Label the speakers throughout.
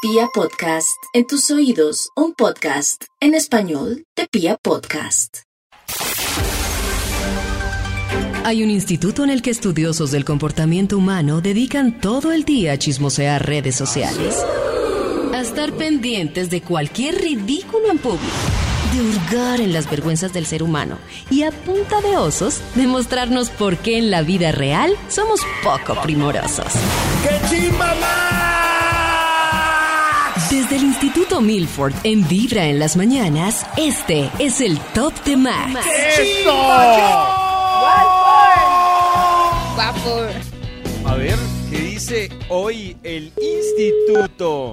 Speaker 1: Pia Podcast, en tus oídos, un podcast en español de Pia Podcast.
Speaker 2: Hay un instituto en el que estudiosos del comportamiento humano dedican todo el día a chismosear redes sociales, a estar pendientes de cualquier ridículo en público, de hurgar en las vergüenzas del ser humano y a punta de osos demostrarnos por qué en la vida real somos poco primorosos.
Speaker 3: ¡Qué chimba
Speaker 2: Desde el Instituto Milford en Vibra en las mañanas, este es el Top de Max.
Speaker 3: ¡Eso! A ver, ¿qué dice hoy el Instituto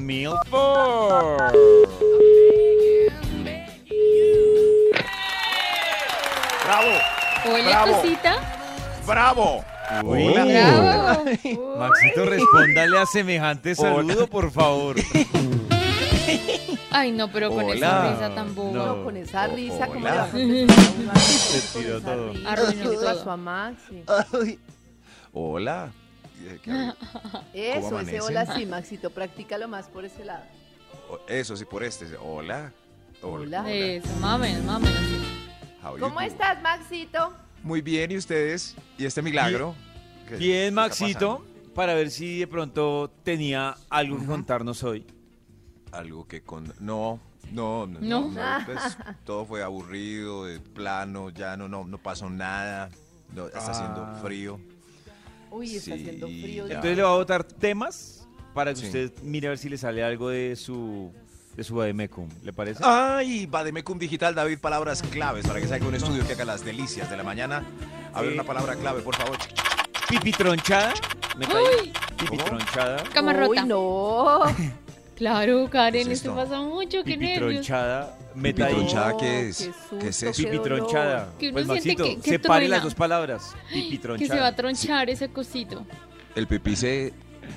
Speaker 3: Milford? ¡Bravo!
Speaker 4: Hola,
Speaker 3: Bravo.
Speaker 4: cosita.
Speaker 3: ¡Bravo!
Speaker 4: Bravo.
Speaker 3: Maxito, respóndale a semejante saludo, por favor.
Speaker 4: Ay, no, pero con esa
Speaker 3: Hola.
Speaker 4: risa tan boba.
Speaker 3: No.
Speaker 5: Con esa
Speaker 3: Oh,
Speaker 5: risa como
Speaker 3: hola.
Speaker 5: la Se
Speaker 3: tiró todo.
Speaker 4: Arruinó todo.
Speaker 5: a Maxi.
Speaker 3: Hola.
Speaker 5: Eso, ese
Speaker 3: amanecen?
Speaker 5: hola sí, Maxito, practícalo más por ese lado.
Speaker 3: Eso sí, por este. Hola.
Speaker 5: Hola. Eh,
Speaker 4: Eso, más o menos, más o menos.
Speaker 3: How you
Speaker 5: ¿Cómo
Speaker 3: do?
Speaker 5: estás, Maxito?
Speaker 6: Muy bien, ¿y ustedes? ¿Y este milagro? ¿Qué- qué
Speaker 7: Bien,
Speaker 6: está
Speaker 7: Maxito, para ver si de pronto tenía algo que contarnos hoy.
Speaker 6: Algo que con... No, no, no.
Speaker 4: No.
Speaker 6: no, no, pues, todo fue aburrido, de plano, ya no, no, no pasó nada. no, está haciendo
Speaker 7: Ah.
Speaker 6: frío.
Speaker 5: Uy, está
Speaker 6: Sí,
Speaker 5: haciendo frío.
Speaker 6: ya.
Speaker 7: Entonces le va a votar temas para que
Speaker 6: Sí.
Speaker 7: usted mire a ver si le sale algo de su de su Bademecum, ¿le parece?
Speaker 6: Ah. ¡Ay! Bademecum Digital, David, palabras claves para que salga un estudio que haga las delicias de la mañana. A ver,
Speaker 7: Sí.
Speaker 6: una palabra clave, por favor.
Speaker 7: Pipitronchada, me caí.
Speaker 4: Uy,
Speaker 7: Pipitronchada,
Speaker 4: camarrota.
Speaker 5: Uy, no.
Speaker 4: Claro, Karen,
Speaker 6: ¿Qué es
Speaker 4: esto
Speaker 6: esto?
Speaker 4: pasa mucho, qué nervios.
Speaker 7: pipitronchada, meta ahí.
Speaker 6: ¿Pipitronchada qué
Speaker 5: No,
Speaker 6: es?
Speaker 5: qué
Speaker 6: ¿Qué es
Speaker 5: susto,
Speaker 6: eso?
Speaker 5: qué dolor.
Speaker 7: Pipitronchada.
Speaker 4: Que uno
Speaker 7: Pues
Speaker 4: siente
Speaker 7: Maxito,
Speaker 4: que- que
Speaker 7: separe
Speaker 4: truena.
Speaker 7: las dos
Speaker 4: Que
Speaker 7: palabras.
Speaker 4: se va a
Speaker 7: Pipitronchada.
Speaker 4: tronchar ese cosito.
Speaker 6: El pipí se...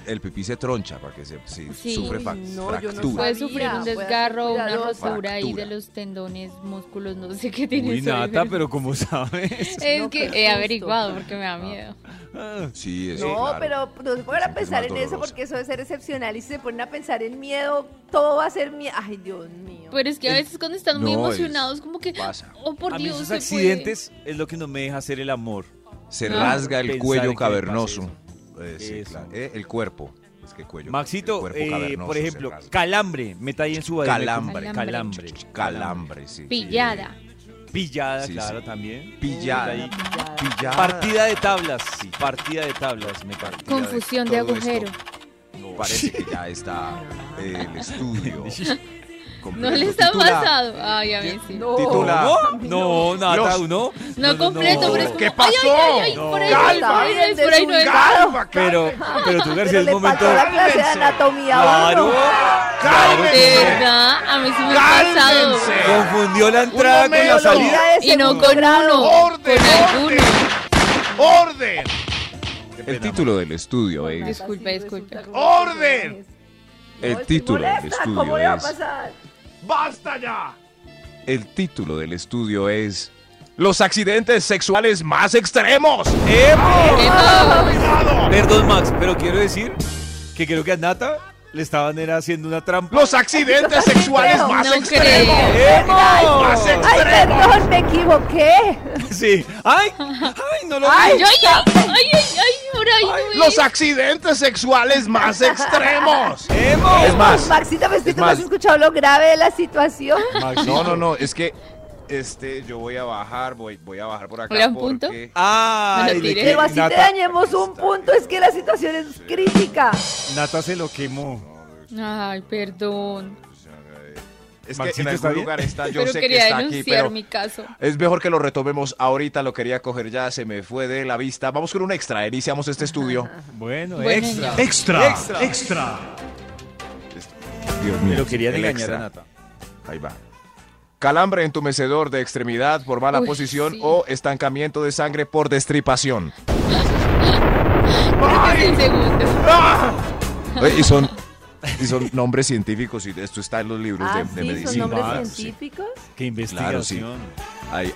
Speaker 6: El pipí se troncha para que se, si
Speaker 4: Sí.
Speaker 6: sufre fa-
Speaker 5: Uy, no, yo no
Speaker 6: fractura.
Speaker 4: Puede
Speaker 5: Sabía,
Speaker 4: sufrir un
Speaker 5: puede ser
Speaker 4: desgarro, una
Speaker 5: cuidadosa.
Speaker 4: rotura ahí de
Speaker 6: Fractura.
Speaker 4: los tendones, músculos, no sé qué tiene
Speaker 7: Uy,
Speaker 4: eso ahí,
Speaker 7: Nata, pero como sabes.
Speaker 4: Es
Speaker 5: No,
Speaker 4: que
Speaker 5: qué
Speaker 4: he
Speaker 5: susto.
Speaker 4: averiguado porque me da miedo.
Speaker 7: Ah,
Speaker 6: Sí, eso,
Speaker 5: Pues, No,
Speaker 6: claro.
Speaker 5: pero no se pongan a
Speaker 6: Siempre es
Speaker 5: pensar
Speaker 6: más
Speaker 5: en eso
Speaker 6: doloroso.
Speaker 5: porque eso debe ser excepcional. Y si se ponen a pensar en miedo, todo va a ser miedo. Ay, Dios mío.
Speaker 4: Pero es que a veces cuando están muy
Speaker 6: No, es-
Speaker 4: emocionados, como que.
Speaker 6: pasa.
Speaker 4: Oh, por
Speaker 7: a mí
Speaker 4: Dios,
Speaker 7: esos
Speaker 4: se puede".
Speaker 7: accidentes es lo que no me deja hacer el amor.
Speaker 6: Se
Speaker 4: No.
Speaker 6: rasga el
Speaker 7: Pensar en
Speaker 6: cuello
Speaker 7: que le pase
Speaker 6: cavernoso. Eh, sí,
Speaker 7: Eso.
Speaker 6: claro. Eh, el cuerpo. Es que el cuello. el
Speaker 7: Maxito,
Speaker 6: cuerpo
Speaker 7: eh,
Speaker 6: cavernoso
Speaker 7: por
Speaker 6: se
Speaker 7: ejemplo,
Speaker 6: rasga.
Speaker 7: calambre, meta ahí en su vaina.
Speaker 6: Calambre.
Speaker 4: Calambre.
Speaker 7: Calambre.
Speaker 6: calambre, sí.
Speaker 4: Pillada.
Speaker 7: Pillada,
Speaker 6: Sí,
Speaker 7: claro,
Speaker 6: sí.
Speaker 7: también.
Speaker 6: Pillada.
Speaker 7: Meta ahí.
Speaker 5: Pillada.
Speaker 6: Pillada.
Speaker 7: Partida de tablas, sí. Partida de tablas, me parece.
Speaker 4: Confusión de
Speaker 6: Todo esto
Speaker 4: agujero.
Speaker 6: Parece que ya está eh, el estudio.
Speaker 4: No
Speaker 6: completo.
Speaker 4: les ha
Speaker 6: Titula-
Speaker 4: pasado. Ay, a mí sí.
Speaker 5: No.
Speaker 6: Titula.
Speaker 7: No, nada,
Speaker 6: Los-
Speaker 7: uno.
Speaker 4: No, completo, pero es como.
Speaker 6: ¿Qué
Speaker 4: ¡Ay, ay, ay! ay
Speaker 7: pasó?
Speaker 4: Por ahí,
Speaker 5: No.
Speaker 4: por ahí, por ahí, por ahí no es.
Speaker 7: Pero, pero tú,
Speaker 5: Pero
Speaker 7: García, es
Speaker 5: le
Speaker 7: momento.
Speaker 5: faltó la clase de anatomía a
Speaker 7: Claro.
Speaker 5: uno.
Speaker 7: claro que
Speaker 4: De
Speaker 7: sí.
Speaker 4: verdad, a mí sí me ha pasado.
Speaker 7: Confundió la entrada con la salida.
Speaker 5: Biología de
Speaker 4: Y no
Speaker 5: segundo
Speaker 4: con
Speaker 5: grado.
Speaker 4: uno,
Speaker 3: ¡Orden,
Speaker 4: con alguno.
Speaker 3: ¡Orden!
Speaker 6: El título del estudio es.
Speaker 4: Disculpe,
Speaker 5: Así
Speaker 4: disculpe.
Speaker 5: resulta como
Speaker 3: ¡Orden!
Speaker 5: que no es.
Speaker 6: El
Speaker 5: No, estoy
Speaker 6: título del
Speaker 5: molesta, ¿Cómo
Speaker 6: estudio
Speaker 5: le va a
Speaker 6: es-
Speaker 5: pasar?
Speaker 3: ¡Basta ya!
Speaker 6: El título del estudio es. Los accidentes sexuales más extremos.
Speaker 7: Perdón, Max, pero quiero decir que creo que a Nata le estaban era haciendo una trampa.
Speaker 3: Los accidentes sexuales
Speaker 5: creo,
Speaker 3: más
Speaker 4: No
Speaker 3: extremos.
Speaker 4: creo.
Speaker 3: Más
Speaker 5: ¡Ay,
Speaker 3: extremos.
Speaker 5: perdón, me equivoqué!
Speaker 7: Sí. ¡Ay! ¡Ay, no lo
Speaker 5: ¡Ay,
Speaker 4: ¡Ay, ay, ay! ¡Ay, ay, ay! Por ahí no es.
Speaker 3: Los accidentes sexuales más extremos.
Speaker 6: Es más.
Speaker 5: Maxita, pues que
Speaker 6: es
Speaker 5: tú no has
Speaker 6: más.
Speaker 5: escuchado lo grave de la situación.
Speaker 6: No, no, no. Es que. Este, yo voy a bajar, voy, voy a bajar por acá.
Speaker 4: Hola, un punto.
Speaker 6: porque-
Speaker 4: Me lo
Speaker 7: ¡Ay! le
Speaker 4: tiré.
Speaker 7: que-
Speaker 5: Pero así te
Speaker 7: Nata-
Speaker 5: dañemos un punto, es que la situación es crítica.
Speaker 7: Nata se lo quemó.
Speaker 4: Ay, perdón.
Speaker 6: Es que en
Speaker 7: Maxito, ¿está
Speaker 6: algún
Speaker 7: bien?
Speaker 6: lugar está, yo
Speaker 4: Pero
Speaker 6: sé que está
Speaker 4: quería
Speaker 6: aquí,
Speaker 4: denunciar
Speaker 6: pero
Speaker 4: mi caso.
Speaker 6: es mejor que lo retomemos ahorita, lo quería coger ya, se me fue de la vista. Vamos con un extra, iniciamos este estudio.
Speaker 4: Ah,
Speaker 7: Bueno,
Speaker 4: Bueno,
Speaker 7: extra.
Speaker 4: ya.
Speaker 7: Extra. Extra.
Speaker 6: Este, Dios mío,
Speaker 7: Pero quería
Speaker 6: el
Speaker 7: engañar
Speaker 6: extra.
Speaker 7: a Nata.
Speaker 6: Ahí va. Calambre entumecedor de extremidad por mala
Speaker 4: Uy,
Speaker 6: posición
Speaker 4: sí.
Speaker 6: o estancamiento de sangre por destripación.
Speaker 4: Creo que Este es el segundo.
Speaker 6: Eh, y son y son nombres científicos y esto está en los libros de,
Speaker 5: Ah,
Speaker 6: de
Speaker 5: sí, son
Speaker 6: medicina.
Speaker 5: nombres
Speaker 6: Sí.
Speaker 5: científicos.
Speaker 7: Qué investigación.
Speaker 6: Hay,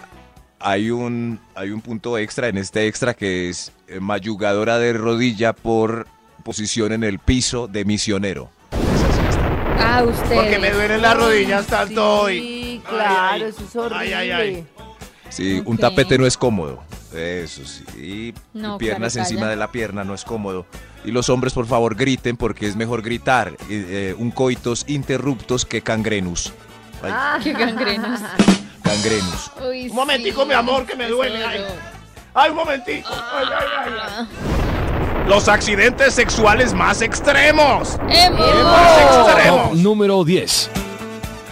Speaker 6: hay, un, hay un punto extra en este extra que es eh, mayugadora de rodilla por posición en el piso de misionero. Es así.
Speaker 4: Ah, ustedes.
Speaker 8: Porque me duelen las rodillas tanto hoy.
Speaker 5: Sí, claro,
Speaker 8: ay.
Speaker 5: eso es horrible.
Speaker 8: Ay, ay, ay.
Speaker 6: Sí, un
Speaker 4: Ok.
Speaker 6: tapete no es cómodo. Eso sí. Y
Speaker 4: No,
Speaker 6: piernas
Speaker 4: claro,
Speaker 6: encima
Speaker 4: calla.
Speaker 6: de la pierna no es cómodo. Y los hombres, por favor, griten porque es mejor gritar eh, eh, un coitos interruptos que cangrenus. Ay,
Speaker 5: Ah.
Speaker 4: Qué gangrenos.
Speaker 6: Cangrenus.
Speaker 4: Uy,
Speaker 8: Un momentico,
Speaker 4: sí,
Speaker 8: mi amor, que me
Speaker 4: qué
Speaker 8: duele, ay.
Speaker 4: dolor.
Speaker 8: Ay, un momentico.
Speaker 5: Ah.
Speaker 8: Ay, ay, ay, ay. Los accidentes sexuales más extremos.
Speaker 4: ¡Emo!
Speaker 8: Más extremos.
Speaker 9: número 10.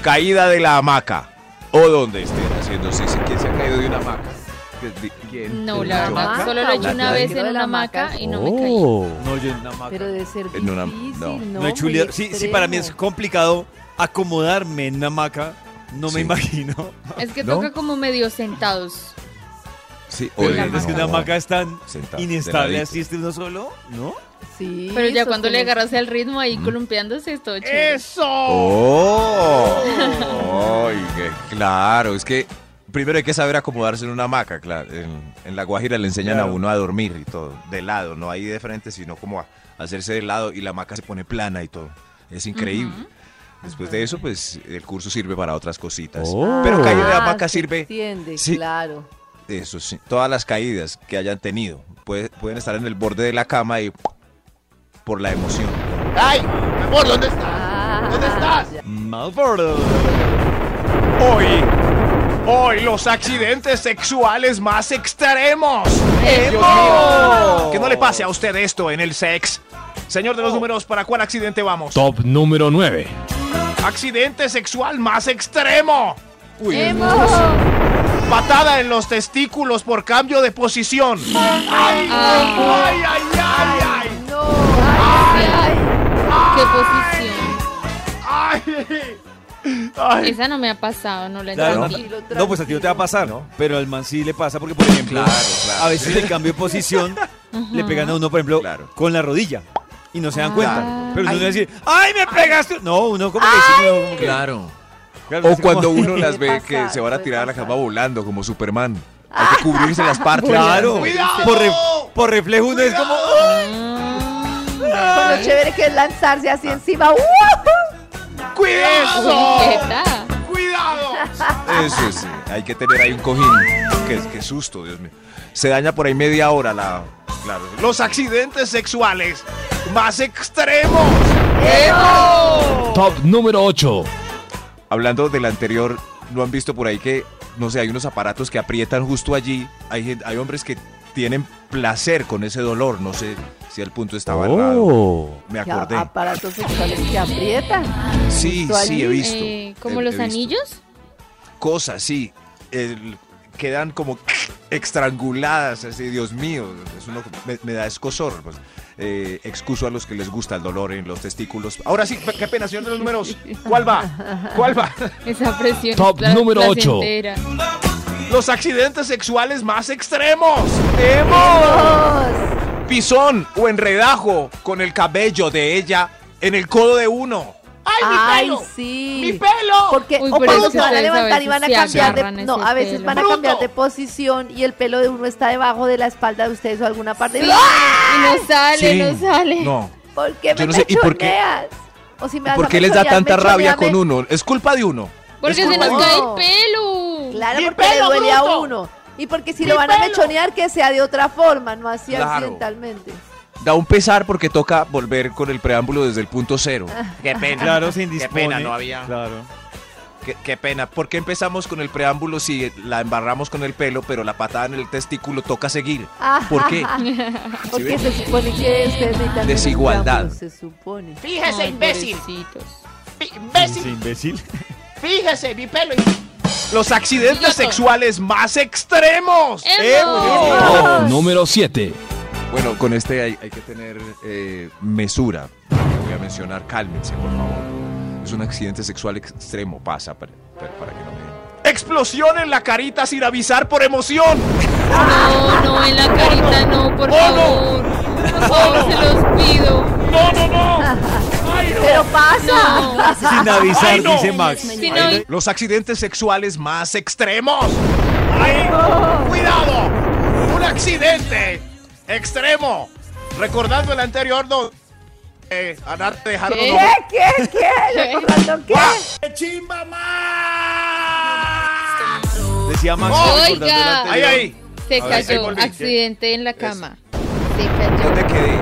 Speaker 6: Caída de la hamaca. O donde estén haciendo. Sí, sí, ¿Quién se ha caído de una hamaca? ¿Quién?
Speaker 4: No, la
Speaker 6: Yo.
Speaker 4: verdad, solo lo he hecho
Speaker 6: La-
Speaker 4: una
Speaker 6: la-
Speaker 4: vez
Speaker 5: la-
Speaker 4: en una hamaca y no me caí.
Speaker 9: Oh.
Speaker 7: No, yo nada más.
Speaker 5: Pero debe ser
Speaker 6: En
Speaker 5: difícil,
Speaker 6: una-
Speaker 5: ¿no?
Speaker 6: no.
Speaker 7: No he chuleado. Sí, sí, para mí es
Speaker 5: extremo.
Speaker 7: complicado acomodarme en una hamaca. No me
Speaker 6: Sí.
Speaker 7: imagino.
Speaker 4: Es que
Speaker 6: ¿No?
Speaker 4: toca como medio sentados.
Speaker 6: Sí,
Speaker 7: Pero
Speaker 6: oye,
Speaker 7: es que
Speaker 6: no.
Speaker 7: una hamaca es tan
Speaker 6: Sentado, de
Speaker 7: inestable.
Speaker 6: ladito.
Speaker 7: Así esté uno solo, ¿no?
Speaker 5: Sí,
Speaker 4: Pero ya cuando le
Speaker 5: sostener-
Speaker 4: agarras el ritmo ahí columpiándose es todo chévere.
Speaker 8: Eso.
Speaker 6: ¡Oh! Ay, que- claro, es que primero hay que saber acomodarse en una hamaca, claro. En, en La Guajira le enseñan a
Speaker 7: Claro.
Speaker 6: uno a dormir y todo, de lado, no ahí de frente, sino como a hacerse de lado y la hamaca se pone plana y todo. Es increíble. Después de eso, pues el curso sirve para otras cositas.
Speaker 9: Oh.
Speaker 6: Pero caer de
Speaker 5: Ah,
Speaker 6: hamaca
Speaker 5: se
Speaker 6: sirve.
Speaker 5: Entiende,
Speaker 6: Sí.
Speaker 5: claro.
Speaker 6: Eso sí, todas las caídas que hayan tenido. Puede- pueden estar en el borde de la cama y por la emoción.
Speaker 8: Ay, mi amor, ¿dónde estás? ¿Dónde estás?
Speaker 7: Malfordo.
Speaker 8: Hoy, hoy los accidentes sexuales más extremos. ¡Emo! Que no le pase a usted esto en el sex. Señor de los números, ¿para cuál accidente vamos?
Speaker 9: Top número 9.
Speaker 8: Accidente sexual más extremo.
Speaker 4: ¡Emo!
Speaker 8: Patada en los testículos por cambio de posición. ¡Ay, ay, ay, ay, ay!
Speaker 5: No, ay, ay,
Speaker 4: ¡Qué posición!
Speaker 8: ¡Ay! ay.
Speaker 4: Ah, Esa no me ha pasado, no la
Speaker 7: Claro,
Speaker 4: entendí.
Speaker 7: no, no, pues a ti no te va a pasar,
Speaker 6: ¿No?
Speaker 7: pero al man sí le pasa porque, por ejemplo,
Speaker 6: Claro, claro.
Speaker 7: a veces el cambio de posición le pegan a uno, por ejemplo,
Speaker 6: Claro.
Speaker 7: con la rodilla y no se dan
Speaker 4: Ah.
Speaker 7: cuenta.
Speaker 4: Claro.
Speaker 7: Pero uno no va a decir, ¡ay, me pegaste! No, uno como que dice, no, como que-
Speaker 6: Claro.
Speaker 7: claro,
Speaker 6: O
Speaker 7: dice como-
Speaker 6: cuando uno las
Speaker 5: Puede
Speaker 6: ve que
Speaker 5: pasar,
Speaker 6: se van a
Speaker 5: puede
Speaker 6: tirar a la
Speaker 5: pasar.
Speaker 6: cama volando como Superman. Hay que cubrirse las partes.
Speaker 7: Claro,
Speaker 8: ¡Cuidado!
Speaker 7: por, re- por reflejo uno es como, "Oh". ¡ay!
Speaker 5: con
Speaker 4: Ah.
Speaker 5: lo chévere que es lanzarse así encima. ¡Ujú!
Speaker 8: ¡Cuidado!
Speaker 4: Uy, ¿Qué tal?
Speaker 8: ¡Cuidado!
Speaker 6: Eso sí, hay que tener ahí un cojín. Qué, qué susto, Dios mío. Se daña por ahí media hora la... Claro.
Speaker 8: Los accidentes sexuales más extremos.
Speaker 9: Top número 8.
Speaker 6: Hablando del anterior, ¿no han visto por ahí que, no sé, hay unos aparatos que aprietan justo allí? Hay, gen- hay hombres que tienen placer con ese dolor. No sé si el punto estaba errado.
Speaker 9: Oh.
Speaker 6: Me
Speaker 5: Que
Speaker 6: acordé.
Speaker 5: a- aparatos sexuales que aprietan.
Speaker 6: Sí,
Speaker 5: justo
Speaker 6: sí, he
Speaker 5: allí.
Speaker 6: visto.
Speaker 4: Eh, ¿Como
Speaker 6: He-
Speaker 4: los
Speaker 6: he visto.
Speaker 4: anillos?
Speaker 6: cosas, sí. el- quedan como estranguladas, así, Dios mío, es uno- me, me da escosor. pues. Eh, excuso a los que les gusta el dolor en los testículos. Ahora sí, qué pena, señor de los números.
Speaker 8: ¿Cuál va? ¿Cuál va?
Speaker 4: Esa presión.
Speaker 9: Top
Speaker 4: pla-
Speaker 9: número ocho.
Speaker 4: placentera.
Speaker 8: Los accidentes sexuales más extremos.
Speaker 5: Dos.
Speaker 6: Pisón o enredajo con el cabello de ella en el codo de uno.
Speaker 5: Ay, sí.
Speaker 8: ¡Mi pelo!
Speaker 5: Porque,
Speaker 4: Uy,
Speaker 5: o
Speaker 4: pero
Speaker 5: cuando
Speaker 4: es que
Speaker 5: se van a
Speaker 4: ustedes a
Speaker 5: levantar y
Speaker 4: veces
Speaker 5: van a
Speaker 4: se
Speaker 5: cambiar
Speaker 4: agarran
Speaker 5: de.
Speaker 4: ese
Speaker 5: No, a veces
Speaker 4: pelo.
Speaker 5: van a
Speaker 8: ¡Bruto!
Speaker 5: cambiar de posición y el pelo de uno está debajo de la espalda de ustedes o alguna parte.
Speaker 4: Sí,
Speaker 5: ¡Ah!
Speaker 4: y no sale, no sale.
Speaker 6: No.
Speaker 5: ¿Por qué me
Speaker 6: Yo no sé, ¿y por qué-
Speaker 5: mechoneas? O si me vas
Speaker 6: ¿Por
Speaker 5: a
Speaker 6: qué les da
Speaker 5: mechonear,
Speaker 6: tanta rabia
Speaker 5: mechoneame.
Speaker 6: con uno? Es culpa de uno.
Speaker 4: Porque se nos
Speaker 5: culpa de-
Speaker 4: cae
Speaker 5: No.
Speaker 4: el pelo.
Speaker 5: Claro,
Speaker 8: ¡Mi
Speaker 5: porque
Speaker 8: pelo,
Speaker 5: le duele a
Speaker 8: bruto!
Speaker 5: uno. Y porque si
Speaker 8: ¡Mi
Speaker 5: lo van a
Speaker 8: pelo!
Speaker 5: mechonear, que sea de otra forma, no así
Speaker 6: Claro.
Speaker 5: accidentalmente.
Speaker 6: Da un pesar porque toca volver con el preámbulo desde el punto cero.
Speaker 8: ¡Qué pena!
Speaker 7: Claro, se indispone.
Speaker 8: pena, no había-
Speaker 7: Claro.
Speaker 6: Qué, qué pena. ¿Por qué empezamos con el preámbulo si la embarramos con el pelo, pero la patada en el testículo toca seguir? ¿Por qué?
Speaker 5: Ah, Porque se supone que este ustedes necesitan.
Speaker 6: Desigualdad.
Speaker 5: menos campo, Se supone.
Speaker 4: Ay, pobrecitos.
Speaker 7: Ese imbécil.
Speaker 8: Fíjese, mi pelo. Los accidentes sexuales más extremos.
Speaker 6: Eh,
Speaker 4: ¡Emo!
Speaker 9: Top número 7.
Speaker 6: Bueno, con este hay, hay que tener eh, mesura. Voy a mencionar, cálmense, por favor. Es un accidente sexual extremo, pasa, para, para- para que no me...
Speaker 8: Explosión en la carita sin avisar por emoción.
Speaker 4: No, no, en la carita no, por favor. Por favor, se los pido.
Speaker 8: No, no, no.
Speaker 5: Pero pasa.
Speaker 4: No.
Speaker 7: Sin avisar,
Speaker 8: Ay, no.
Speaker 7: dice Max.
Speaker 4: Si no,
Speaker 8: Los accidentes sexuales más extremos. ¡Ay!
Speaker 4: Oh.
Speaker 8: ¡Cuidado! ¡Un accidente extremo! Recordando el anterior, no. Eh, a Nata dejaron
Speaker 4: ¿Qué?
Speaker 8: los hombres.
Speaker 5: ¿Qué? ¿Qué? ¿Le faltó qué?
Speaker 7: Decía Max.
Speaker 8: ¡Oh!
Speaker 7: recordando el
Speaker 4: Oiga.
Speaker 8: Ahí,
Speaker 7: anterior.
Speaker 8: ahí.
Speaker 4: Se
Speaker 6: A ver, ahí
Speaker 4: cayó,
Speaker 6: volví.
Speaker 4: accidente en la cama. Se
Speaker 6: ¿Dónde
Speaker 4: cayó.
Speaker 6: quedé?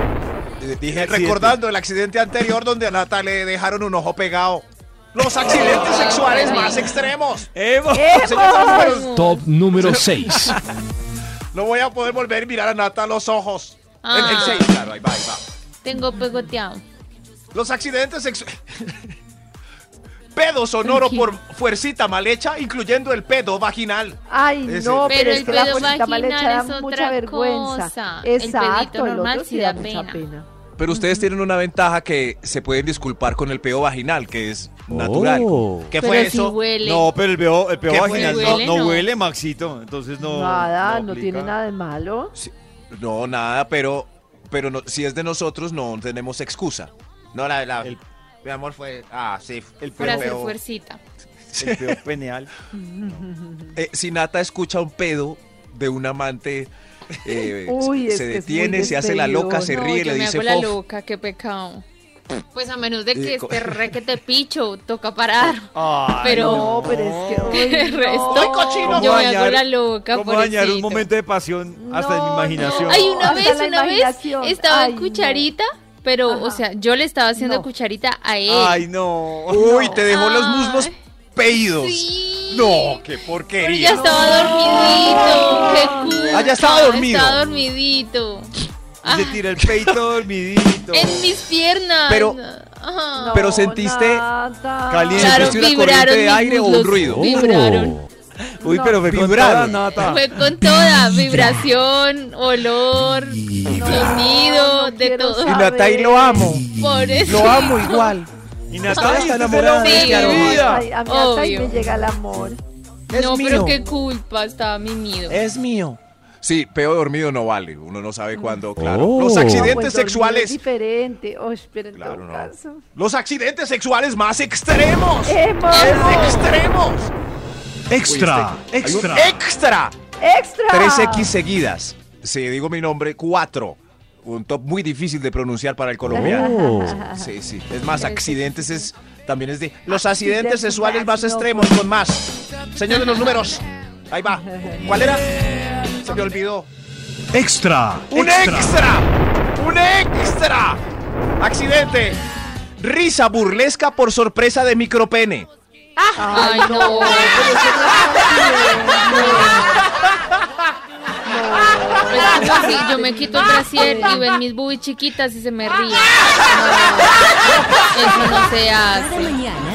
Speaker 6: Eh, Dije accidente.
Speaker 8: Recordando el accidente anterior donde a Nata le dejaron un ojo pegado. Los
Speaker 4: Oh,
Speaker 8: accidentes sexuales más extremos.
Speaker 7: Evo.
Speaker 8: Señor de los
Speaker 4: Oh.
Speaker 8: números,
Speaker 9: Top número 6.
Speaker 8: no voy a poder volver a mirar a Nata a los ojos. El- El
Speaker 4: Ah.
Speaker 8: 6, claro, ahí va, ahí va.
Speaker 4: Tengo pues pegoteado.
Speaker 8: Los accidentes sexuales. Pedo sonoro por
Speaker 4: Tranquilo.
Speaker 8: fuercita mal hecha, incluyendo el pedo vaginal.
Speaker 5: Ay,
Speaker 8: Ese.
Speaker 5: no, pero,
Speaker 4: Pero
Speaker 5: es
Speaker 4: el
Speaker 5: que la
Speaker 4: pedo
Speaker 5: cosita mal
Speaker 4: vaginal
Speaker 5: hecha
Speaker 4: es
Speaker 5: da mucha
Speaker 4: otra
Speaker 5: vergüenza.
Speaker 4: cosa. El
Speaker 5: Exacto,
Speaker 4: pedito
Speaker 5: el,
Speaker 4: normal
Speaker 5: otro
Speaker 4: sí
Speaker 5: sí
Speaker 4: da
Speaker 5: da mucha
Speaker 4: pena.
Speaker 5: pena.
Speaker 6: Pero ustedes tienen una ventaja que se pueden disculpar con el peo vaginal, que es natural.
Speaker 8: ¿Qué
Speaker 4: Pero
Speaker 8: fue
Speaker 4: si
Speaker 8: eso?
Speaker 4: huele.
Speaker 7: No, pero el peo, el peo
Speaker 8: ¿Qué
Speaker 7: vaginal
Speaker 4: fue?
Speaker 7: no,
Speaker 4: Huele,
Speaker 7: no
Speaker 4: no.
Speaker 7: huele, Maxito. Entonces no.
Speaker 5: Nada, no,
Speaker 7: aplica.
Speaker 5: tiene nada de malo.
Speaker 6: No, nada, pero, pero no- si es de nosotros no tenemos excusa.
Speaker 8: No, la, la,
Speaker 7: El-
Speaker 8: mi amor fue. Ah, sí.
Speaker 7: El peo,
Speaker 4: para hacer
Speaker 8: pero-
Speaker 4: fuercita.
Speaker 7: el peo peneal.
Speaker 6: Eh, si Nata escucha un pedo de un amante, eh,
Speaker 5: Uy, es
Speaker 6: se
Speaker 5: que es muy
Speaker 6: detiene, se hace la loca, se
Speaker 4: No,
Speaker 6: ríe,
Speaker 4: yo
Speaker 6: le
Speaker 4: me
Speaker 6: dice
Speaker 4: hago la
Speaker 6: "Fof".
Speaker 4: loca, qué pecado. Pues a menos de que
Speaker 6: Eh, co-
Speaker 4: este requete picho toca parar.
Speaker 7: Ay,
Speaker 4: Pero-
Speaker 5: No, pero es que. uy,
Speaker 4: El
Speaker 5: no.
Speaker 4: resto-
Speaker 8: Estoy cochino.
Speaker 4: Yo me hago
Speaker 7: dañar-
Speaker 4: la loca,
Speaker 7: ¿Cómo dañar un
Speaker 4: pobrecito.
Speaker 7: momento de pasión hasta en mi
Speaker 5: No,
Speaker 7: imaginación?
Speaker 5: no.
Speaker 4: Hay una
Speaker 5: Hasta
Speaker 4: vez,
Speaker 5: la
Speaker 4: una vez
Speaker 5: imaginación.
Speaker 4: estaba en
Speaker 5: Ay,
Speaker 4: cucharita, pero, o
Speaker 5: Ajá.
Speaker 4: sea, yo le estaba haciendo
Speaker 5: No.
Speaker 4: cucharita a él.
Speaker 7: Ay, no.
Speaker 6: Uy, te dejó los muslos
Speaker 4: Ay.
Speaker 6: peídos.
Speaker 4: Sí.
Speaker 6: No, qué
Speaker 4: Pero ya
Speaker 6: porquería.
Speaker 4: estaba dormidito. Qué
Speaker 6: Ah, ya estaba
Speaker 4: culpa,
Speaker 6: dormido.
Speaker 4: Estaba dormidito.
Speaker 7: Y se
Speaker 4: Ah,
Speaker 7: tira el peito dormidito.
Speaker 4: en mis piernas.
Speaker 6: Pero-
Speaker 4: Ajá.
Speaker 5: No,
Speaker 6: Pero sentiste
Speaker 5: nada.
Speaker 7: caliente.
Speaker 4: Claro,
Speaker 6: ¿sentiste una
Speaker 4: vibraron
Speaker 6: corriente de
Speaker 4: mis
Speaker 6: aire o un
Speaker 4: muslos,
Speaker 6: ruido? Uh.
Speaker 4: Vibraron.
Speaker 9: Oh.
Speaker 7: Uy, pero fue con toda
Speaker 6: Vibraron.
Speaker 7: nata.
Speaker 4: Fue con toda vibración, olor, sonido,
Speaker 5: no
Speaker 4: de
Speaker 5: quiero
Speaker 4: todo.
Speaker 5: saber.
Speaker 6: Nata, y lo amo.
Speaker 4: Por eso.
Speaker 6: igual.
Speaker 7: Y
Speaker 6: Estaba
Speaker 7: Natalia
Speaker 6: hasta
Speaker 7: está
Speaker 6: enamorada
Speaker 7: enamorada
Speaker 4: de
Speaker 7: de
Speaker 4: este
Speaker 7: este
Speaker 4: aroma.
Speaker 7: vida.
Speaker 5: Ay, a mí hasta ahí
Speaker 4: Obvio.
Speaker 5: me llega el amor.
Speaker 4: no, pero qué culpa, estaba mimido.
Speaker 6: Es mío. Sí, peo dormido no vale. Uno no sabe cuándo, claro.
Speaker 8: Los
Speaker 5: No, pues,
Speaker 8: accidentes
Speaker 5: dormir Es
Speaker 8: sexuales.
Speaker 5: diferente. Uy, pero en
Speaker 6: Claro,
Speaker 5: todo
Speaker 6: no.
Speaker 5: caso.
Speaker 8: Los accidentes sexuales más extremos.
Speaker 5: ¡Emo!
Speaker 8: Extremos.
Speaker 6: Extra, extra.
Speaker 8: Extra.
Speaker 5: ¡Extra!
Speaker 6: 3X seguidas. Si digo mi nombre, 4. Un top muy difícil de pronunciar para el colombiano.
Speaker 9: Oh.
Speaker 6: Sí, sí. Es más, accidentes es también es de
Speaker 8: Los accidentes sexuales más extremos con más. Señor de los números. Ahí va. ¿Cuál era? Se me olvidó.
Speaker 9: Extra.
Speaker 8: ¡Un extra! ¡Un extra! Accidente. Risa burlesca por sorpresa de micropene.
Speaker 4: Ay, no. Pues como si yo me quito el brasier y ven mis boobies chiquitas y se me ríen. No, eso no se
Speaker 2: Cada
Speaker 4: hace.
Speaker 2: mañana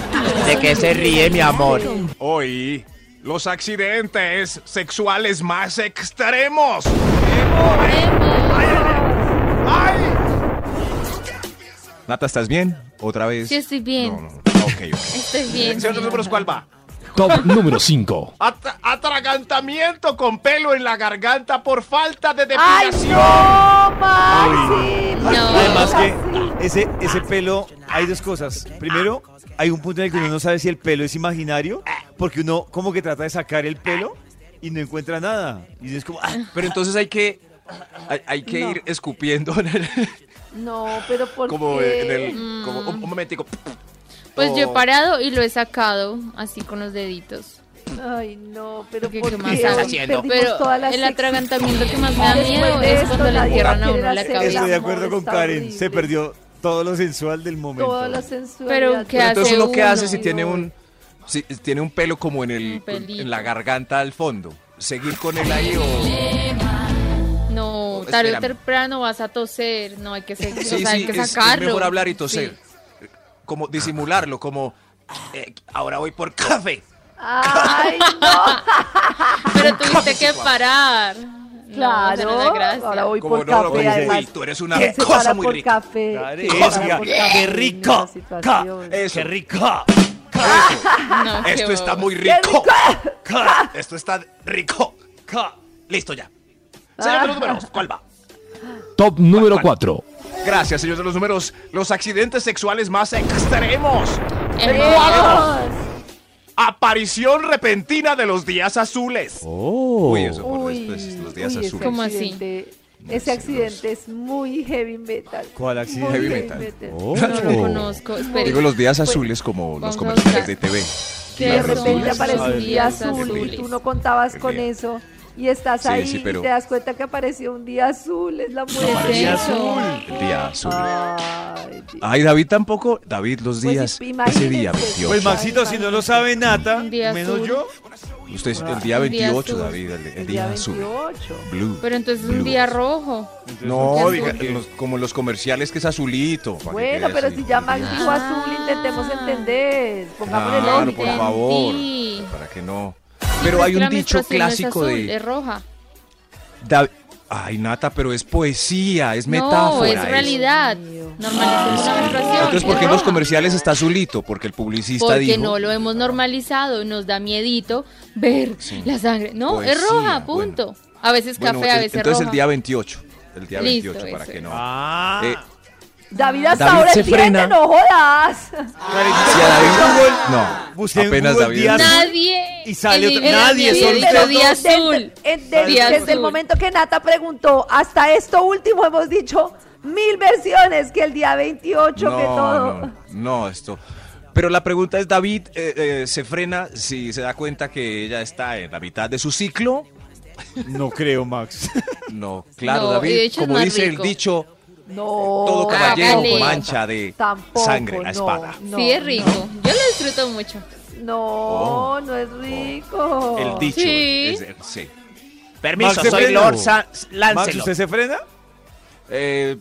Speaker 8: ¿De qué se ríe, mi amor?
Speaker 2: Con
Speaker 8: Hoy, los accidentes sexuales más extremos. ¡Ay!
Speaker 6: Nata, ¿estás bien? ¿Otra vez?
Speaker 4: Sí, estoy bien.
Speaker 6: No, no, no. Ok, ok.
Speaker 4: Estoy bien.
Speaker 8: Señor de los números, ¿cuál va?
Speaker 9: Top número 5.
Speaker 8: At- atragantamiento con pelo en la garganta por falta de
Speaker 5: ¡Ay,
Speaker 8: depilación.
Speaker 5: no, Maxi! ¿Por qué
Speaker 4: No.
Speaker 7: Además que
Speaker 5: eres
Speaker 7: ese, ese pelo, hay dos cosas. Primero, hay un punto en el que uno no sabe si el pelo es imaginario, porque uno como que trata de sacar el pelo y no encuentra nada. Y es como, ah,
Speaker 6: Pero entonces hay que, hay, hay que ir escupiendo en el-
Speaker 5: así? No, pero ¿por
Speaker 6: como
Speaker 5: qué?
Speaker 6: en el... Como, un, un momentico.
Speaker 4: Mm. Pues yo he
Speaker 6: Oh.
Speaker 4: parado y lo he sacado así con los deditos.
Speaker 5: Ay, no, pero
Speaker 4: ¿Qué-
Speaker 5: ¿por
Speaker 4: qué
Speaker 5: qué?
Speaker 4: más
Speaker 5: hoy
Speaker 4: hago?
Speaker 5: Perdimos
Speaker 4: Pero
Speaker 5: toda la
Speaker 4: el
Speaker 5: sexy-
Speaker 4: atragantamiento que más me da
Speaker 5: Después
Speaker 4: miedo
Speaker 5: de
Speaker 4: es
Speaker 5: esto,
Speaker 4: cuando le
Speaker 5: nadie
Speaker 4: entierran
Speaker 5: va
Speaker 4: a
Speaker 5: querer
Speaker 4: uno la
Speaker 5: hacer El
Speaker 7: estoy
Speaker 4: cabeza.
Speaker 7: de
Speaker 5: amor
Speaker 7: acuerdo con
Speaker 5: está
Speaker 7: Karen,
Speaker 5: horrible.
Speaker 7: se perdió todo lo sensual del momento.
Speaker 5: Toda la sensualidad.
Speaker 4: ¿qué hace?
Speaker 6: Entonces uno qué
Speaker 4: uno?
Speaker 6: hace si tiene un, si tiene un pelo como en, el,
Speaker 4: Un pelito.
Speaker 6: en la garganta al fondo. ¿Seguir con él ahí o...?
Speaker 4: No,
Speaker 6: Oh,
Speaker 4: tarde o
Speaker 6: espérame.
Speaker 4: temprano vas a toser, no hay que, se- o
Speaker 6: Sí,
Speaker 4: sea, hay
Speaker 6: sí,
Speaker 4: que
Speaker 6: es- es,
Speaker 4: sacarlo.
Speaker 6: mejor hablar y toser. Eh,
Speaker 4: Sí.
Speaker 6: Como disimularlo, como eh, ahora voy por café.
Speaker 5: ¡Ay, no!
Speaker 4: Pero tuviste que parar.
Speaker 5: Claro,
Speaker 4: No, o sea, no da gracia.
Speaker 5: ahora voy
Speaker 6: Como
Speaker 5: por
Speaker 6: no, no,
Speaker 5: café.
Speaker 6: como,
Speaker 5: además,
Speaker 6: uy, tú eres una
Speaker 5: ¿quién se
Speaker 6: cosa
Speaker 5: para
Speaker 6: muy
Speaker 5: por
Speaker 6: rica.
Speaker 5: café?
Speaker 7: Claro,
Speaker 5: ¿Quién se para
Speaker 6: oiga,
Speaker 5: por
Speaker 6: qué
Speaker 5: café en
Speaker 7: rico,
Speaker 5: esa situación?
Speaker 6: Eso,
Speaker 7: rico!
Speaker 4: No, qué
Speaker 6: esto está
Speaker 4: bobo.
Speaker 6: muy
Speaker 5: ¡Qué
Speaker 6: rico.
Speaker 5: rico!
Speaker 6: Esto está rico. Listo ya.
Speaker 8: Señor de
Speaker 5: Ah.
Speaker 8: los números, ¿cuál va?
Speaker 9: Top número 4.
Speaker 8: Gracias, señor de los números. Los accidentes sexuales más extremos.
Speaker 4: Eh,
Speaker 5: Dios.
Speaker 8: Aparición repentina de los días azules.
Speaker 6: Uy, eso por
Speaker 5: Uy,
Speaker 6: después, pues, los días
Speaker 5: uy, ese
Speaker 6: azules.
Speaker 4: ¿Cómo así?
Speaker 5: accidente Ese accidente es muy heavy metal.
Speaker 7: ¿Cuál accidente?
Speaker 5: Muy
Speaker 6: Heavy metal. Oh,
Speaker 4: No lo conozco. Espere.
Speaker 6: Digo los días
Speaker 5: Pues,
Speaker 6: azules como los
Speaker 4: vamos a
Speaker 6: comerciales
Speaker 4: buscar.
Speaker 6: de TV.
Speaker 5: De
Speaker 4: Días
Speaker 5: repente
Speaker 4: azules.
Speaker 5: aparece un día
Speaker 4: Días
Speaker 5: azul y
Speaker 4: azules.
Speaker 5: tú no contabas con
Speaker 6: Bien.
Speaker 5: eso. Y estás
Speaker 6: Sí,
Speaker 5: ahí
Speaker 6: sí, pero-
Speaker 5: y te das cuenta que apareció un día azul. Es la
Speaker 4: ¿Qué es
Speaker 5: muerte.
Speaker 4: eso?
Speaker 6: El día
Speaker 5: Ah.
Speaker 6: azul.
Speaker 5: Ay, Dios.
Speaker 6: Ay, David tampoco. David, los
Speaker 5: Pues,
Speaker 6: días.
Speaker 5: imagínese.
Speaker 6: ese día 28.
Speaker 7: Pues Maxito, si no lo sabe Nata,
Speaker 4: Un día
Speaker 7: menos
Speaker 4: azul.
Speaker 7: yo.
Speaker 6: Usted es el día
Speaker 4: Un día
Speaker 6: 28,
Speaker 4: azul.
Speaker 6: David. El, el
Speaker 5: El
Speaker 6: día
Speaker 5: día
Speaker 6: azul.
Speaker 5: 28.
Speaker 6: Blue.
Speaker 4: Pero entonces es un
Speaker 6: blue.
Speaker 4: día rojo.
Speaker 6: No,
Speaker 4: azul.
Speaker 6: diga, los- como los comerciales que es azulito. para que
Speaker 5: Bueno,
Speaker 6: quede
Speaker 5: pero
Speaker 6: así.
Speaker 5: si ya Max dijo azul, intentemos
Speaker 4: Ah.
Speaker 5: entender. Pongámosle
Speaker 6: Claro,
Speaker 5: lógica.
Speaker 6: por favor.
Speaker 4: Entendí.
Speaker 6: Para que no.
Speaker 4: Pues
Speaker 6: Pero hay
Speaker 4: que la
Speaker 6: un dicho
Speaker 4: menstruación no es
Speaker 6: clásico
Speaker 4: azul, eh.
Speaker 6: de.
Speaker 4: Es roja.
Speaker 6: Dav- Ay, Nata, pero es poesía, es
Speaker 4: No,
Speaker 6: metáfora.
Speaker 4: es realidad. Normalicemos la menstruación.
Speaker 6: Entonces, ¿por
Speaker 4: es
Speaker 6: qué en los
Speaker 4: roja.
Speaker 6: comerciales está azulito? Porque el publicista
Speaker 4: Porque
Speaker 6: dijo.
Speaker 4: no lo hemos normalizado. Nos da miedito ver la sangre. No, es
Speaker 6: Poesía,
Speaker 4: roja, punto. A veces
Speaker 6: Pues Bueno,
Speaker 4: café, a
Speaker 6: el-
Speaker 4: veces
Speaker 6: entonces
Speaker 4: roja.
Speaker 6: el día 28. El día
Speaker 4: Listo,
Speaker 6: 28, para
Speaker 4: ese.
Speaker 6: que no.
Speaker 7: Ah.
Speaker 6: Eh,
Speaker 5: David hasta
Speaker 6: David
Speaker 5: ahora
Speaker 6: se
Speaker 5: entiende,
Speaker 6: frena.
Speaker 5: no jodas.
Speaker 6: si a David no,
Speaker 7: Busqué en
Speaker 6: apenas
Speaker 7: Google
Speaker 6: David.
Speaker 7: día azul.
Speaker 4: Nadie.
Speaker 7: Y sale
Speaker 4: en el-
Speaker 7: otra-
Speaker 4: en el
Speaker 7: nadie,
Speaker 4: día
Speaker 7: solo
Speaker 4: del
Speaker 7: ustedes
Speaker 4: día
Speaker 5: Desde-
Speaker 4: azul.
Speaker 5: en- de-
Speaker 4: Día
Speaker 5: desde el
Speaker 4: azul.
Speaker 5: momento que Nata preguntó, hasta esto último hemos dicho mil versiones, que el día 28, que todo.
Speaker 6: No, no, esto. Pero la pregunta es, David, eh, eh, ¿se frena si se da cuenta que ella está en la mitad de su ciclo?
Speaker 7: No creo, Max.
Speaker 6: No, claro,
Speaker 4: No, y de
Speaker 6: David,
Speaker 4: hecho es
Speaker 6: como
Speaker 4: más
Speaker 6: dice
Speaker 4: rico.
Speaker 6: el dicho,
Speaker 5: No,
Speaker 6: todo caballero
Speaker 4: hágale.
Speaker 6: mancha de
Speaker 5: Oh, ah, Tampoco,
Speaker 6: sangre
Speaker 5: no,
Speaker 6: la espada.
Speaker 5: no,
Speaker 4: sí, es rico. Yo lo disfruto mucho.
Speaker 5: No, no, no es rico.
Speaker 6: Oh. El dicho.
Speaker 4: Sí.
Speaker 6: es- es- sí.
Speaker 8: Permiso,
Speaker 7: Max,
Speaker 8: soy
Speaker 7: freno.
Speaker 8: Lord Sa-
Speaker 7: Max,
Speaker 8: Lancelot.
Speaker 7: ¿usted se frena?
Speaker 6: Eh,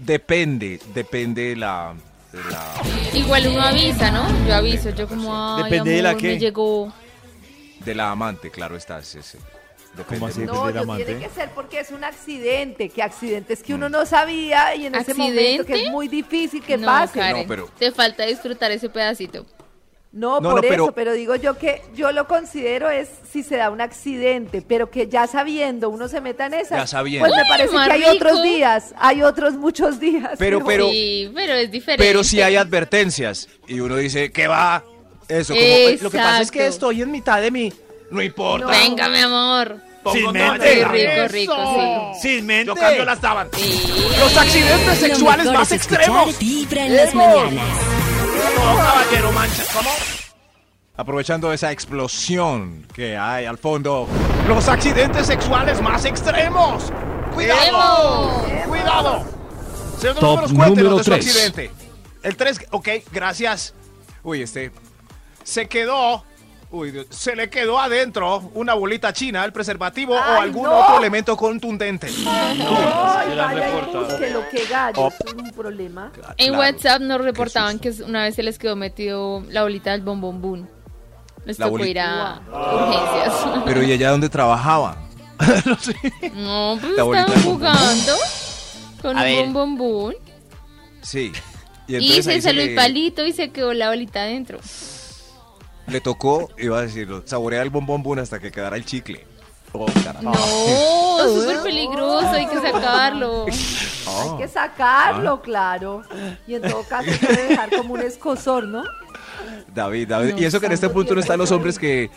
Speaker 6: depende, depende la... de la-
Speaker 4: Igual uno avisa, ¿no? Yo aviso, yo como, ay,
Speaker 7: Depende de la
Speaker 4: amor,
Speaker 7: qué.
Speaker 4: me llegó.
Speaker 6: De la amante, claro está. sí, sí. Depende
Speaker 7: ¿Cómo así?
Speaker 6: mucho.
Speaker 5: No,
Speaker 7: del
Speaker 5: no
Speaker 7: amante.
Speaker 6: ¿eh?
Speaker 5: tiene que ser porque es un accidente, que accidentes que uno no sabía y en ese momento que es
Speaker 4: ¿Accidente?
Speaker 5: muy difícil que
Speaker 4: no,
Speaker 5: pase.
Speaker 4: Karen,
Speaker 6: No, pero-
Speaker 4: te falta disfrutar ese pedacito.
Speaker 5: No,
Speaker 6: No,
Speaker 5: por
Speaker 6: no, pero-
Speaker 5: eso, pero digo yo que yo lo considero es si se da un accidente, pero que ya sabiendo uno se meta en esa.
Speaker 6: Ya sabiendo.
Speaker 5: Pues me
Speaker 4: Uy,
Speaker 5: parece
Speaker 4: más
Speaker 5: que hay
Speaker 4: rico.
Speaker 5: otros días, hay otros muchos días.
Speaker 6: Pero, pero-
Speaker 4: sí, pero es diferente.
Speaker 6: Pero si hay advertencias y uno dice que va, eso como eh, lo que pasa es que
Speaker 4: Exacto.
Speaker 6: estoy en mitad de mi no importa.
Speaker 5: No.
Speaker 4: Venga, mi amor.
Speaker 8: Pongo
Speaker 7: Sin
Speaker 8: todo
Speaker 7: mente.
Speaker 8: en
Speaker 4: Rico,
Speaker 8: eso.
Speaker 4: rico, sí.
Speaker 7: Sin mente.
Speaker 8: Yo cambio las sábanas.
Speaker 4: Sí.
Speaker 8: Los accidentes
Speaker 2: Lo
Speaker 8: sexuales
Speaker 2: mejor
Speaker 8: más
Speaker 2: es escuchar
Speaker 8: extremos.
Speaker 2: Vibra en las mañanas.
Speaker 8: Todo caballero mancha. ¿Cómo?
Speaker 6: Aprovechando esa explosión que hay al fondo.
Speaker 8: Los accidentes sexuales más extremos. Cuidado. Cuidado. Señor de los
Speaker 9: Top
Speaker 8: números, cuéntenos
Speaker 9: número
Speaker 8: de su
Speaker 9: tres.
Speaker 8: accidente. El 3, ok, gracias.
Speaker 6: Uy, este
Speaker 8: Se quedó. Uy, Dios, se le quedó adentro una bolita china, el preservativo o
Speaker 5: ¡Ay,
Speaker 8: algún
Speaker 5: no!
Speaker 8: otro elemento contundente.
Speaker 5: Ay, vaya y búsquelo, que gallo,
Speaker 6: Oh.
Speaker 5: es un problema.
Speaker 4: En
Speaker 6: Ah, claro,
Speaker 4: WhatsApp nos reportaban que una vez se les quedó metido la bolita del bombombún. Les
Speaker 6: La
Speaker 4: tocó
Speaker 6: boli-
Speaker 4: ir a urgencias.
Speaker 6: Pero ¿y ella dónde trabajaba?
Speaker 4: No, pues
Speaker 6: La bolita
Speaker 4: estaban
Speaker 6: del bombón.
Speaker 4: jugando con
Speaker 8: A
Speaker 4: un
Speaker 8: ver.
Speaker 4: bombombún.
Speaker 6: Sí.
Speaker 4: Y,
Speaker 6: entonces ahí
Speaker 4: se salió
Speaker 6: le-
Speaker 4: el palito y se quedó la bolita adentro.
Speaker 6: Le tocó, iba a decirlo, saborear el bombón bun hasta que quedara el chicle. Oh, caramba.
Speaker 4: No, súper peligroso, hay que sacarlo.
Speaker 5: Hay que sacarlo,
Speaker 6: Ah.
Speaker 5: claro. Y en todo caso debe dejar como un escosor, ¿no?
Speaker 6: David, David.
Speaker 4: No,
Speaker 6: y eso que en este
Speaker 5: santo
Speaker 6: punto no
Speaker 5: Dios.
Speaker 6: están los hombres que,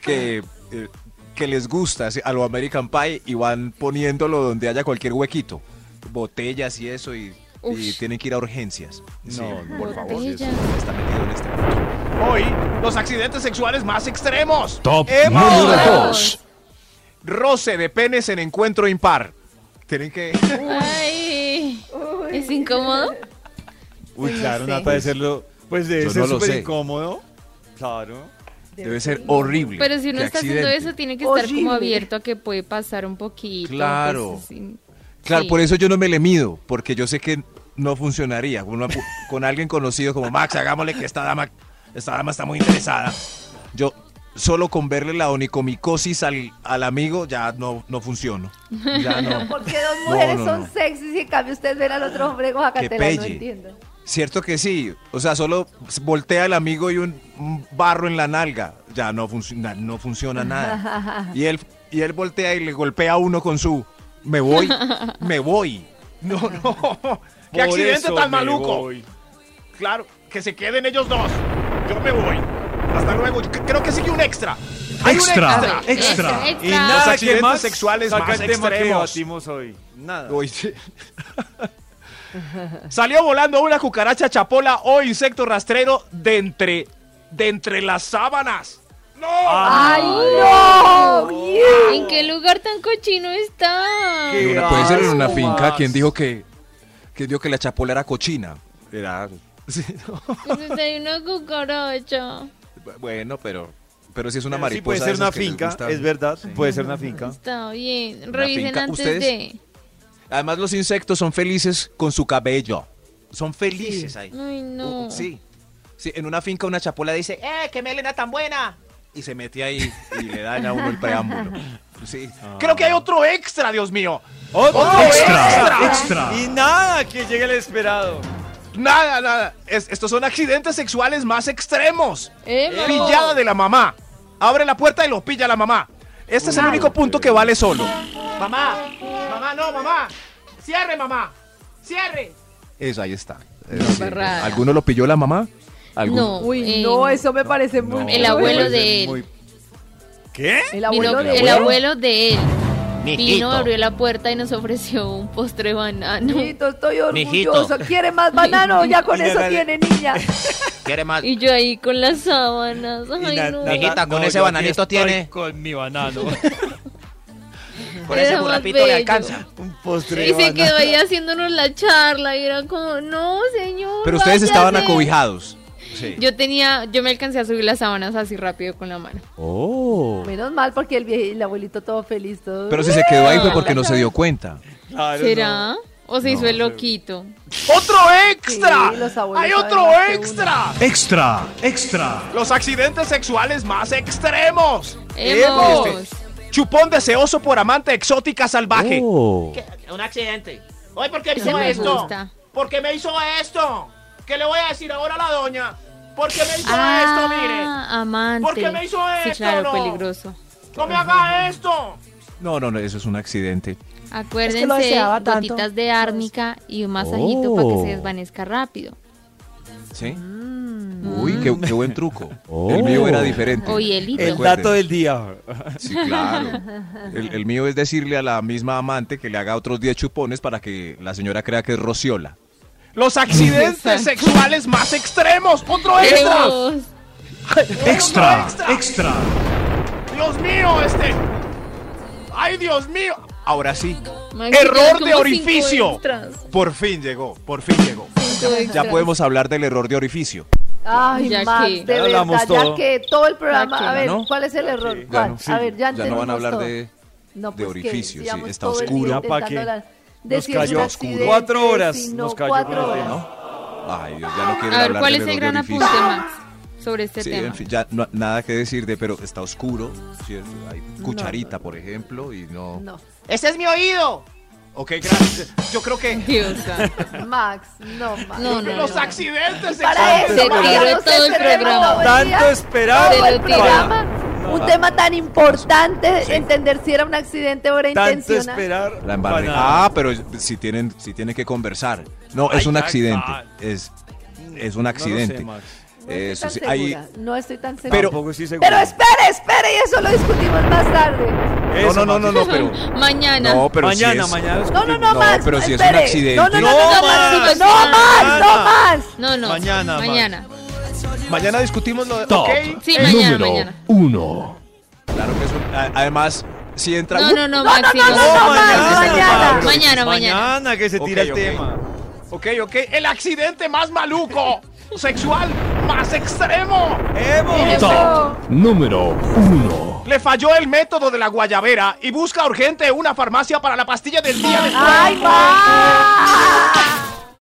Speaker 6: que, eh, que les gusta así, a lo American Pie y van poniéndolo donde haya cualquier huequito. Botellas y eso, y, y
Speaker 4: Ush.
Speaker 6: tienen que ir a urgencias. No, por favor. sí,
Speaker 4: Botellas.
Speaker 6: eso Está metido en este punto.
Speaker 8: Hoy, los accidentes sexuales más extremos.
Speaker 9: Top
Speaker 8: Hemos-
Speaker 9: número
Speaker 4: Vamos.
Speaker 9: 2.
Speaker 6: Roce de penes en encuentro impar. Tienen que.
Speaker 4: Ay, ¿es incómodo?
Speaker 7: Uy, claro,
Speaker 4: sé.
Speaker 7: Nata, de serlo. Pues
Speaker 6: Yo
Speaker 7: debe ser
Speaker 6: no lo sé.
Speaker 7: súper incómodo. Claro.
Speaker 6: Debe ser horrible.
Speaker 4: Pero si uno
Speaker 6: Qué
Speaker 4: está haciendo
Speaker 6: accidente.
Speaker 4: eso, tiene que estar como
Speaker 5: Horrible.
Speaker 4: abierto a que puede pasar un poquito.
Speaker 6: Claro.
Speaker 4: pues, sin-
Speaker 6: Claro,
Speaker 4: sí.
Speaker 6: por eso yo no me le mido, porque yo sé que no funcionaría. Con, una- con alguien conocido como Max, hagámosle que esta dama, esta dama está muy interesada. Yo solo con verle la onicomicosis al, al amigo ya no, no funciono. Ya no.
Speaker 5: Porque dos
Speaker 6: No,
Speaker 5: mujeres
Speaker 6: no,
Speaker 5: son
Speaker 6: no.
Speaker 5: sexys y en cambio ustedes ven al otro hombre con jacatera, no
Speaker 6: pelle.
Speaker 5: entiendo.
Speaker 6: Cierto que sí. O sea, solo voltea el amigo y un, un barro en la nalga. Ya no, funciona no funciona nada. Y él, y él voltea y le golpea a uno con su me voy, me voy.
Speaker 8: No, no. ¡Qué
Speaker 7: Por
Speaker 8: accidente
Speaker 7: eso
Speaker 8: tan
Speaker 7: me
Speaker 8: maluco!
Speaker 7: voy.
Speaker 8: Claro, que se queden ellos dos. Yo me voy. Hasta luego. Yo cre- creo que sigue un extra. Hay un
Speaker 9: Extra, extra.
Speaker 4: Extra,
Speaker 7: Y
Speaker 4: extra.
Speaker 7: nada
Speaker 8: Los
Speaker 7: que
Speaker 8: accidentes
Speaker 7: más
Speaker 8: sexuales
Speaker 7: saca
Speaker 8: más
Speaker 7: el tema que
Speaker 8: extremos.
Speaker 7: debatimos hoy. Nada.
Speaker 6: Uy, sí.
Speaker 8: Salió volando una cucaracha chapola o insecto rastrero de entre, de entre las sábanas.
Speaker 4: ¡Ay, no! ¿En qué lugar tan cochino está?
Speaker 7: Qué
Speaker 6: Una- puede ser en una
Speaker 7: asco,
Speaker 6: finca.
Speaker 7: Max.
Speaker 6: quien dijo que, que dijo que la chapola era cochina? Era. sí, no.
Speaker 4: Pues hay una cucaracha.
Speaker 6: Bueno, pero. Pero si es una
Speaker 7: Pero sí
Speaker 6: mariposa.
Speaker 7: puede
Speaker 6: de
Speaker 7: ser
Speaker 6: esas
Speaker 7: una
Speaker 6: que les
Speaker 7: finca,
Speaker 6: gusta.
Speaker 7: es verdad. Puede ser una finca.
Speaker 4: Está bien.
Speaker 6: Una
Speaker 4: Revisen
Speaker 6: finca.
Speaker 4: antes
Speaker 6: ¿Ustedes?
Speaker 4: de.
Speaker 6: Además, los insectos son felices con su cabello. Son felices ahí.
Speaker 4: Ay, no.
Speaker 6: Uh, sí. Sí, en una finca una chapola dice, ¡eh, qué melena tan buena! Y se mete ahí y le dan a uno el preámbulo. Sí.
Speaker 8: Creo que hay otro extra, Dios mío.
Speaker 7: ¡Otro
Speaker 9: extra, extra.
Speaker 7: Y nada, que llegue el esperado.
Speaker 8: Nada, nada. Es- estos son accidentes sexuales más extremos.
Speaker 4: Eh, mamá.
Speaker 8: Pillada de la mamá. Abre la puerta y lo pilla la mamá. Este es el único punto que vale solo. Mamá, mamá, no, mamá. Cierre, mamá. Cierre.
Speaker 6: Eso, ahí está.
Speaker 4: Embarrada.
Speaker 6: ¿Alguno lo pilló la mamá? ¿Alguno?
Speaker 4: No,
Speaker 5: Uy,
Speaker 4: eh,
Speaker 5: no, eso me parece muy...
Speaker 4: El
Speaker 5: cruel.
Speaker 4: abuelo de él.
Speaker 7: ¿Qué?
Speaker 5: El
Speaker 4: Vino-
Speaker 5: abuelo de
Speaker 4: el
Speaker 5: él.
Speaker 4: abuelo de él. Vino, abrió la puerta y nos ofreció un postre de banano.
Speaker 5: Mijito, estoy orgulloso. ¿Quiere más banano? Ya con
Speaker 7: Y le
Speaker 5: eso
Speaker 7: regalé-
Speaker 5: tiene, niña.
Speaker 6: ¿Quiere más?
Speaker 4: Y yo ahí con las sábanas. Ay, no.
Speaker 6: Mijita, con ese bananito tiene.
Speaker 3: Con mi banano.
Speaker 6: Por
Speaker 4: Era
Speaker 6: ese
Speaker 4: más
Speaker 6: burrapito le
Speaker 4: bello.
Speaker 6: alcanza.
Speaker 7: Un postre.
Speaker 4: Y se quedó ahí haciéndonos la charla y era como, no, señor.
Speaker 6: Pero ustedes estaban
Speaker 4: váyase".
Speaker 6: acobijados. Sí.
Speaker 4: Yo tenía, yo me alcancé a subir las sábanas así rápido con la mano.
Speaker 5: Menos mal porque el, vie- el abuelito todo feliz. Todo.
Speaker 6: Pero si se quedó ahí fue porque no se dio cuenta.
Speaker 4: ¿Será? ¿O se hizo el loquito?
Speaker 8: ¡Otro extra!
Speaker 5: Sí, los abuelos
Speaker 8: ¡Hay
Speaker 5: saben
Speaker 8: otro
Speaker 5: más que uno.
Speaker 8: extra!
Speaker 9: Extra, extra.
Speaker 8: Los accidentes sexuales más extremos. Este,
Speaker 4: ¡Hemos!
Speaker 8: Chupón deseoso por amante exótica salvaje.
Speaker 6: Oh.
Speaker 8: Un accidente. Oye, ¿por qué
Speaker 4: Ese me gusta.
Speaker 8: ¿Por qué me hizo esto? ¿Qué le voy a decir ahora a la doña? ¿Por qué me hizo
Speaker 4: Ah, amante.
Speaker 8: ¿Por qué me hizo
Speaker 4: Sí,
Speaker 8: esto,
Speaker 4: claro,
Speaker 8: no?
Speaker 4: peligroso.
Speaker 8: ¡No me haga esto!
Speaker 6: No, no, no, eso es un accidente.
Speaker 4: Acuérdense,
Speaker 5: deseaba tanto.
Speaker 4: gotitas de árnica y un masajito para que se desvanezca rápido.
Speaker 6: ¿Sí?
Speaker 4: Mm.
Speaker 6: Uy, qué, qué buen truco. El mío
Speaker 4: Oh.
Speaker 6: era diferente.
Speaker 4: O hielito.
Speaker 7: El dato del día.
Speaker 6: Sí, claro. El, el mío es decirle a la misma amante que le haga otros 10 chupones para que la señora crea que es Rociola.
Speaker 8: Los accidentes sexuales más extremos. Otro extra.
Speaker 4: ¡Hemos!
Speaker 9: Extra,
Speaker 8: extra.
Speaker 9: extra.
Speaker 8: Dios mío, este. Ay, Dios mío.
Speaker 6: Ahora sí,
Speaker 4: Maxi,
Speaker 8: Error
Speaker 4: tienes como
Speaker 8: de
Speaker 4: cinco
Speaker 8: orificio.
Speaker 4: extras.
Speaker 6: por fin llegó, por fin llegó.
Speaker 4: Cinco
Speaker 6: Ya
Speaker 4: extras.
Speaker 6: podemos hablar del error de orificio.
Speaker 5: Ay,
Speaker 4: Ya
Speaker 5: Max,
Speaker 4: que-
Speaker 5: de
Speaker 7: Ya
Speaker 5: verdad,
Speaker 7: hablamos
Speaker 5: ya
Speaker 7: todo.
Speaker 5: que todo el programa...
Speaker 4: Ya que-
Speaker 5: a ver,
Speaker 6: ¿Ya no?
Speaker 5: ¿cuál es el error?
Speaker 6: Ya
Speaker 5: ¿Cuál?
Speaker 6: no, sí,
Speaker 5: a ver,
Speaker 6: ya
Speaker 5: ya
Speaker 6: no van a
Speaker 5: entendimos
Speaker 6: hablar
Speaker 5: todo.
Speaker 6: de-
Speaker 5: No,
Speaker 6: de
Speaker 5: pues que
Speaker 6: orificio, sí,
Speaker 5: llevamos
Speaker 6: está
Speaker 5: todo el día
Speaker 6: oscuro.
Speaker 7: Ya pa'
Speaker 5: intentando
Speaker 7: qué.
Speaker 5: hablar de
Speaker 7: Nos
Speaker 5: si es un
Speaker 7: cayó
Speaker 5: accidente,
Speaker 7: oscuro. Cuatro horas
Speaker 5: si no,
Speaker 7: nos cayó
Speaker 5: cuatro
Speaker 7: con el
Speaker 5: horas.
Speaker 6: Ay, Dios, ya no quiero
Speaker 4: A
Speaker 6: hablar
Speaker 4: ver, ¿cuál
Speaker 6: del
Speaker 4: es el
Speaker 6: error
Speaker 4: gran
Speaker 6: de
Speaker 4: apunte,
Speaker 6: orificio.
Speaker 4: Max, sobre este
Speaker 6: Sí,
Speaker 4: tema?
Speaker 6: en fin, ya no- nada que decir de, pero está oscuro, ¿cierto? Hay cucharita, por ejemplo, y no...
Speaker 5: No,
Speaker 8: Ese es mi oído. Ok, gracias. Yo creo que.
Speaker 4: Dios santo.
Speaker 5: Max, no, Max.
Speaker 4: No, no,
Speaker 8: Los
Speaker 4: no.
Speaker 8: accidentes
Speaker 5: Para
Speaker 8: sexuales.
Speaker 5: eso,
Speaker 4: Se
Speaker 5: para
Speaker 4: tiró
Speaker 5: darnos
Speaker 4: todo
Speaker 5: este
Speaker 4: el programa.
Speaker 5: todo el día.
Speaker 7: Tanto esperado.
Speaker 5: todo el
Speaker 4: Pero
Speaker 5: programa. Un tema tan importante, entender si era un accidente o era
Speaker 7: Tanto
Speaker 5: intencional.
Speaker 7: esperar.
Speaker 6: La embarré.
Speaker 7: para nada.
Speaker 6: Ah, pero si tienen, si tienen que conversar. No, es
Speaker 7: Ay,
Speaker 6: un
Speaker 7: ay,
Speaker 6: accidente.
Speaker 7: ay.
Speaker 6: Es, es un
Speaker 7: No lo sé,
Speaker 6: accidente.
Speaker 7: Max.
Speaker 6: Eso
Speaker 5: no,
Speaker 6: sí,
Speaker 5: estoy tan
Speaker 6: ahí-
Speaker 5: segura, no estoy tan segura.
Speaker 7: Pero,
Speaker 5: Pero,
Speaker 7: Tampoco estoy seguro.
Speaker 5: pero espere, espere, y eso lo discutimos más tarde.
Speaker 6: No,
Speaker 7: Eso,
Speaker 6: no, no,
Speaker 7: Max.
Speaker 6: no, no, pero.
Speaker 4: Mañana.
Speaker 6: No, pero si
Speaker 7: mañana,
Speaker 6: es-
Speaker 7: mañana.
Speaker 5: No, no, no,
Speaker 6: No,
Speaker 5: Max.
Speaker 6: pero si es un
Speaker 5: espere.
Speaker 6: accidente.
Speaker 5: No, no, no, no,
Speaker 7: No,
Speaker 5: no, Max,
Speaker 7: Max,
Speaker 5: no, Max, no, Max.
Speaker 4: No, no.
Speaker 7: Mañana, Max.
Speaker 4: Mañana.
Speaker 6: Mañana discutimos lo de.
Speaker 9: Top
Speaker 6: Ok.
Speaker 4: Sí, mañana,
Speaker 9: número
Speaker 4: mañana.
Speaker 9: uno.
Speaker 6: Claro que es un- a- Además, si entra.
Speaker 4: No, no, no, Maxi.
Speaker 5: no,
Speaker 7: No,
Speaker 5: no,
Speaker 7: mañana,
Speaker 5: mañana.
Speaker 7: Pablo.
Speaker 4: Mañana, mañana.
Speaker 7: Mañana que se
Speaker 6: Ok,
Speaker 7: tira el
Speaker 6: ok.
Speaker 7: tema.
Speaker 8: Ok, ok. El accidente más maluco. sexual más extremo.
Speaker 6: este
Speaker 7: ¡Hemos!
Speaker 9: Top número uno.
Speaker 8: Le falló el método de la guayabera y busca urgente una farmacia para la pastilla del día después.
Speaker 5: Ay, Max.